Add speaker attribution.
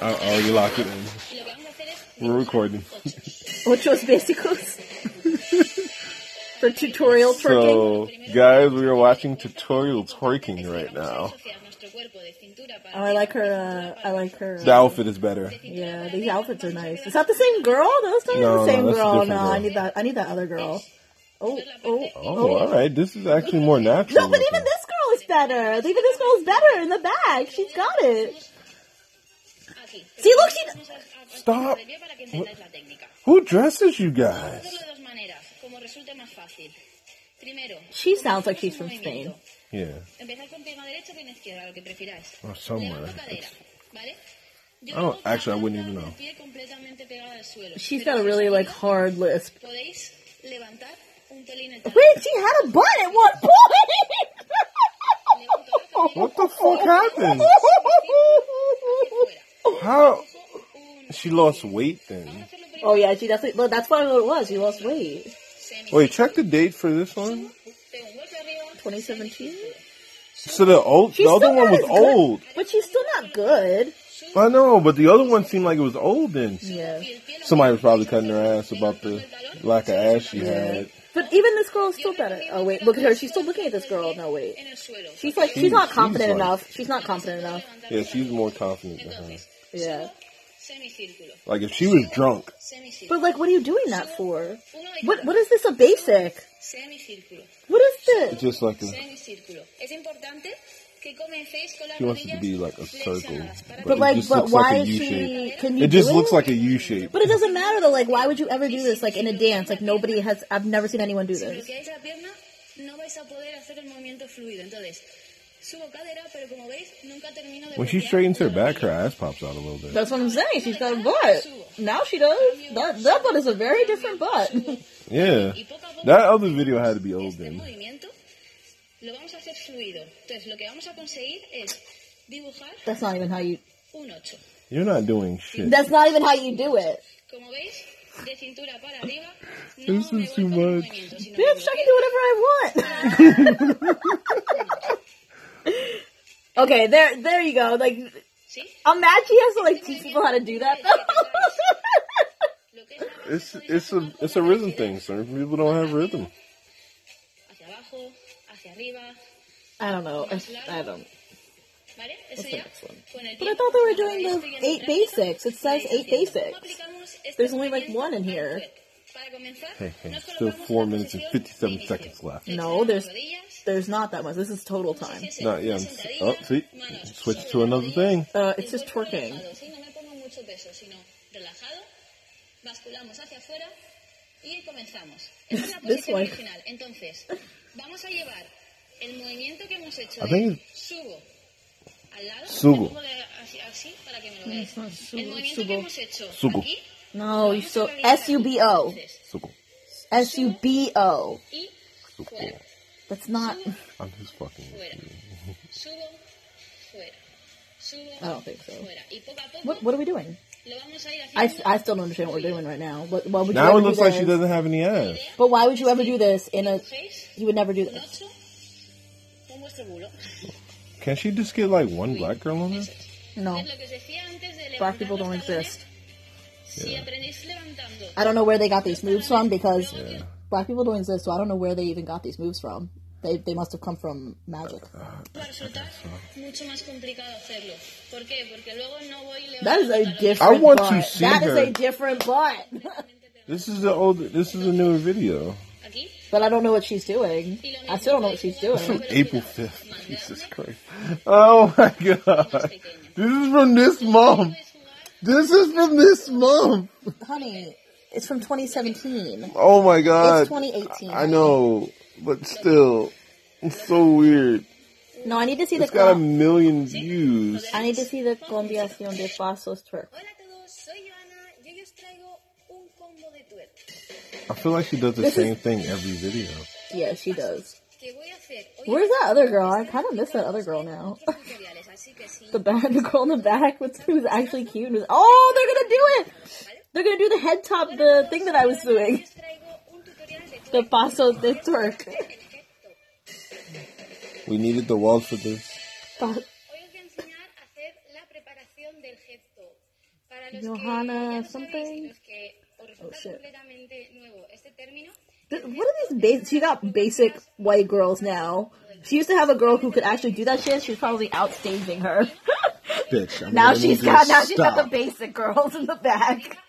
Speaker 1: Uh oh, you locked it in. We're recording.
Speaker 2: Which was básicos. For tutorial twerking.
Speaker 1: So, guys, we are watching tutorial twerking right now.
Speaker 2: oh, I like her, uh, I like her.
Speaker 1: The outfit is better.
Speaker 2: yeah, these outfits are nice. Is that the same girl? No, it's not even
Speaker 1: No,
Speaker 2: the same
Speaker 1: no, that's a
Speaker 2: girl. No,
Speaker 1: different
Speaker 2: I
Speaker 1: girl.
Speaker 2: need that, I need that other girl. Oh, oh,
Speaker 1: Oh, all right. This is actually more natural.
Speaker 2: No, but
Speaker 1: looking.
Speaker 2: even this girl is better. Even this girl is better in the back. She's got it. See, look, she.
Speaker 1: Stop. Who dresses you guys?
Speaker 2: She sounds like she's from Spain.
Speaker 1: Yeah.
Speaker 3: Empezar con pierna derecha o pierna izquierda, lo que prefiráis.
Speaker 1: Or somewhere.
Speaker 3: Levanto cadera, ¿vale? Yo
Speaker 1: Oh,
Speaker 3: hago
Speaker 1: actually, I
Speaker 3: una
Speaker 1: wouldn't
Speaker 3: planta
Speaker 1: even
Speaker 3: con el
Speaker 1: know.
Speaker 3: pie completamente pegada al suelo.
Speaker 2: She's
Speaker 3: Pero
Speaker 2: got a
Speaker 3: si os
Speaker 2: really like
Speaker 3: fijáis,
Speaker 2: hard lisp.
Speaker 3: Podéis levantar un pelín el talón.
Speaker 2: Wait, she had a butt at one point.
Speaker 1: What the fuck happened? How? She lost weight then.
Speaker 2: oh yeah, she definitely. Look, that's probably what it was. She lost weight.
Speaker 1: Wait, check the date for this one.
Speaker 3: Pego un golpe arriba.
Speaker 2: 2017.
Speaker 1: So the old, the other one was old.
Speaker 2: but she's still not good.
Speaker 1: I know, but the other one seemed like it was old then.
Speaker 2: Yeah.
Speaker 1: Somebody was probably cutting her ass about the lack of ass she had.
Speaker 2: But even this girl is still better. Oh wait, look at her. She's still looking at this girl. No wait.
Speaker 3: En el suelo.
Speaker 2: She's like she's
Speaker 1: She's-
Speaker 2: not confident
Speaker 1: she's like-
Speaker 2: enough. She's not confident enough.
Speaker 1: Yeah, she's more confident than her.
Speaker 2: Yeah.
Speaker 3: Semicírculo.
Speaker 1: Like if she was drunk,
Speaker 2: But
Speaker 3: Semicírculo.
Speaker 2: like, what are you doing that for?
Speaker 3: Uno de
Speaker 2: What
Speaker 3: cada.
Speaker 2: what is this a basic?
Speaker 3: Semicírculo.
Speaker 2: What is this?
Speaker 1: it's just like a,
Speaker 3: Semicírculo. Es importante que comencéis con las
Speaker 1: she wants it to
Speaker 3: rodillas
Speaker 1: be like a circle,
Speaker 3: flexionadas para
Speaker 2: But
Speaker 1: it
Speaker 2: like,
Speaker 1: just
Speaker 2: but
Speaker 1: looks like
Speaker 2: why
Speaker 1: a
Speaker 2: is
Speaker 1: U
Speaker 2: she?
Speaker 1: shape.
Speaker 2: Can you?
Speaker 1: It just
Speaker 2: do
Speaker 1: looks
Speaker 2: it?
Speaker 1: like a U shape.
Speaker 2: But it doesn't matter though. Like, why would you ever do this? Like in a dance, like nobody has. I've never seen anyone do
Speaker 3: Si
Speaker 2: this.
Speaker 3: bloqueáis la pierna, no vais a poder hacer el movimiento fluido. Entonces, subo cadera, pero como veis, nunca termino de
Speaker 1: When she
Speaker 3: bloquear
Speaker 1: straightens her
Speaker 3: la
Speaker 1: back, her
Speaker 3: rodilla.
Speaker 1: ass pops out a little bit.
Speaker 2: That's what I'm saying. She's got a butt. Now she does. That that butt is a very different butt.
Speaker 1: Yeah, that other video had to be old
Speaker 3: Este
Speaker 1: then.
Speaker 3: movimiento lo vamos a hacer fluido. Entonces, lo que vamos a conseguir es dibujar
Speaker 2: That's not even how you.
Speaker 3: un 8.
Speaker 1: You're not doing shit.
Speaker 2: That's not even how you do it.
Speaker 3: Como veis, de cintura para arriba, no
Speaker 1: This
Speaker 3: me
Speaker 1: is
Speaker 3: voy
Speaker 1: too
Speaker 3: con el
Speaker 1: much.
Speaker 3: movimiento, sino que
Speaker 2: Bitch, I can do whatever I want. okay, there there you go. Like,
Speaker 3: ¿Sí?
Speaker 2: I'm mad she has to like teach people how to do that. though.
Speaker 3: Lo que es la base
Speaker 1: It's
Speaker 3: con
Speaker 1: it's a it's a rhythm thing. Certain people don't have rhythm.
Speaker 3: Hacia abajo, hacia arriba,
Speaker 2: I don't know. I, I don't.
Speaker 3: ¿vale? Eso
Speaker 2: That's
Speaker 3: ya
Speaker 2: excellent.
Speaker 3: con el
Speaker 2: But
Speaker 3: tiempo,
Speaker 2: I thought they were
Speaker 3: cuando
Speaker 2: doing
Speaker 3: vayáis
Speaker 2: the
Speaker 3: pillando
Speaker 2: eight
Speaker 3: práctica,
Speaker 2: basics. It says
Speaker 3: vais
Speaker 2: eight
Speaker 3: haciendo.
Speaker 2: basics.
Speaker 3: Aplicamos este
Speaker 2: There's only, like,
Speaker 3: movimiento
Speaker 2: one in
Speaker 3: al
Speaker 2: here.
Speaker 3: twerk. Para comenzar,
Speaker 1: Hey, hey,
Speaker 3: nos
Speaker 1: still
Speaker 3: colocamos
Speaker 1: four
Speaker 3: en la
Speaker 1: minutes and
Speaker 3: posición
Speaker 1: 57
Speaker 3: inicio.
Speaker 1: seconds left.
Speaker 2: No, there's
Speaker 3: Rodillas,
Speaker 2: there's not that much. This is total time.
Speaker 3: ejercicio,
Speaker 1: Not yeah.
Speaker 3: sentadilla,
Speaker 1: Oh, see,
Speaker 3: manos
Speaker 1: switch
Speaker 3: sobre
Speaker 1: to
Speaker 3: la
Speaker 1: another
Speaker 3: rodilla.
Speaker 1: thing.
Speaker 2: Uh,
Speaker 3: El
Speaker 2: it's just
Speaker 3: cuerpo
Speaker 2: twerking.
Speaker 3: relajado, sí, no le pongo mucho peso, sino relajado. Basculamos hacia afuera y comenzamos. Esta es la
Speaker 2: This
Speaker 3: posición
Speaker 2: one.
Speaker 3: original. Entonces, vamos a llevar el movimiento que hemos hecho
Speaker 1: I
Speaker 3: de
Speaker 1: think
Speaker 3: subo al lado.
Speaker 1: Subo.
Speaker 3: me pongo de- así, así para que me lo veáis.
Speaker 2: subo,
Speaker 3: el movimiento
Speaker 2: subo.
Speaker 3: que hemos hecho
Speaker 1: Subo.
Speaker 3: aquí.
Speaker 2: No, you
Speaker 3: vamos a
Speaker 2: so
Speaker 3: realizar
Speaker 2: S U B O
Speaker 3: entonces,
Speaker 1: Suko,
Speaker 2: S U B O.
Speaker 3: y
Speaker 1: suko.
Speaker 2: That's not.
Speaker 1: I'm just fucking. with
Speaker 3: fuera.
Speaker 1: you.
Speaker 3: Subo, fuera. Subo,
Speaker 2: I don't think so.
Speaker 3: fuera. Y poco a poco
Speaker 2: What what are we doing?
Speaker 3: lo vamos a ir haciendo.
Speaker 2: I, I still don't understand what we're doing right now. What, why would you
Speaker 1: Now
Speaker 2: ever
Speaker 1: it
Speaker 2: do
Speaker 1: looks like she
Speaker 2: this?
Speaker 1: doesn't have any ass.
Speaker 2: But why would you ever do this in a?
Speaker 3: Cogéis
Speaker 2: You would never do
Speaker 3: un
Speaker 2: this.
Speaker 3: 8 con vuestro bulo.
Speaker 1: Can she just get like one black girl on this?
Speaker 3: Eso es.
Speaker 2: Mm. No,
Speaker 3: Es lo que os decía antes de
Speaker 2: black
Speaker 3: levantar
Speaker 2: people
Speaker 3: los
Speaker 2: don't
Speaker 3: talones.
Speaker 2: exist.
Speaker 3: Si aprendéis levantando
Speaker 2: I don't know where they got these moves from because black people don't exist. So I don't know where they even got these moves from. They they must have come from magic.
Speaker 3: va a resultar mucho más complicado hacerlo. ¿Por qué? Porque luego no voy
Speaker 2: That is
Speaker 3: levantando
Speaker 2: a
Speaker 3: los talones.
Speaker 2: different.
Speaker 1: I want to
Speaker 2: butt.
Speaker 1: see
Speaker 2: That is
Speaker 1: her.
Speaker 2: a different butt.
Speaker 1: This is the old. This is a newer video.
Speaker 3: Aquí.
Speaker 2: but I don't know what she's doing. I still don't know what she's doing.
Speaker 1: From April fifth. Jesus Christ. Oh my god. This is from this month.
Speaker 3: Puedes jugar
Speaker 1: This is from this month.
Speaker 2: Honey, it's from 2017.
Speaker 1: Oh my
Speaker 2: It's
Speaker 1: god.
Speaker 2: 2018.
Speaker 1: I know, but still, it's so weird.
Speaker 2: No, I need to see the.
Speaker 1: It's got a
Speaker 2: Con-
Speaker 1: million views.
Speaker 2: I need to see the combinación de pasos twerk.
Speaker 3: Hola a todos, soy Joana y hoy os traigo un combo de twerk
Speaker 1: I feel like she does the same thing every video.
Speaker 2: Yeah, she does.
Speaker 3: que voy a hacer hoy.
Speaker 2: Where's that other girl? I kind of miss that other girl now.
Speaker 3: Otros tutoriales, Así que si
Speaker 2: The back, the girl in the back, was, who was actually cute. Was, oh, they're gonna do it! They're gonna do the head top, the thing that I was doing.
Speaker 3: os traigo un tutorial de
Speaker 2: The
Speaker 3: twerk
Speaker 2: paso de twerk.
Speaker 3: perfecto.
Speaker 1: We needed the walls for this.
Speaker 2: Pa-
Speaker 3: Hoy os voy a enseñar a hacer la preparación del gesto. Para los
Speaker 2: Johanna
Speaker 3: que ya lo sabéis,
Speaker 2: something?
Speaker 3: los que os
Speaker 2: Oh,
Speaker 3: resulta
Speaker 2: shit.
Speaker 3: completamente nuevo este término,
Speaker 2: Th- What are these basic? She got basic white girls now. She used to have a girl who could actually do that shit. She's probably outstaging her.
Speaker 1: Bitch. I'm
Speaker 2: now
Speaker 1: gonna
Speaker 2: she's
Speaker 1: need you
Speaker 2: got
Speaker 1: to
Speaker 2: now she's got the
Speaker 1: stop.
Speaker 2: basic girls in the back.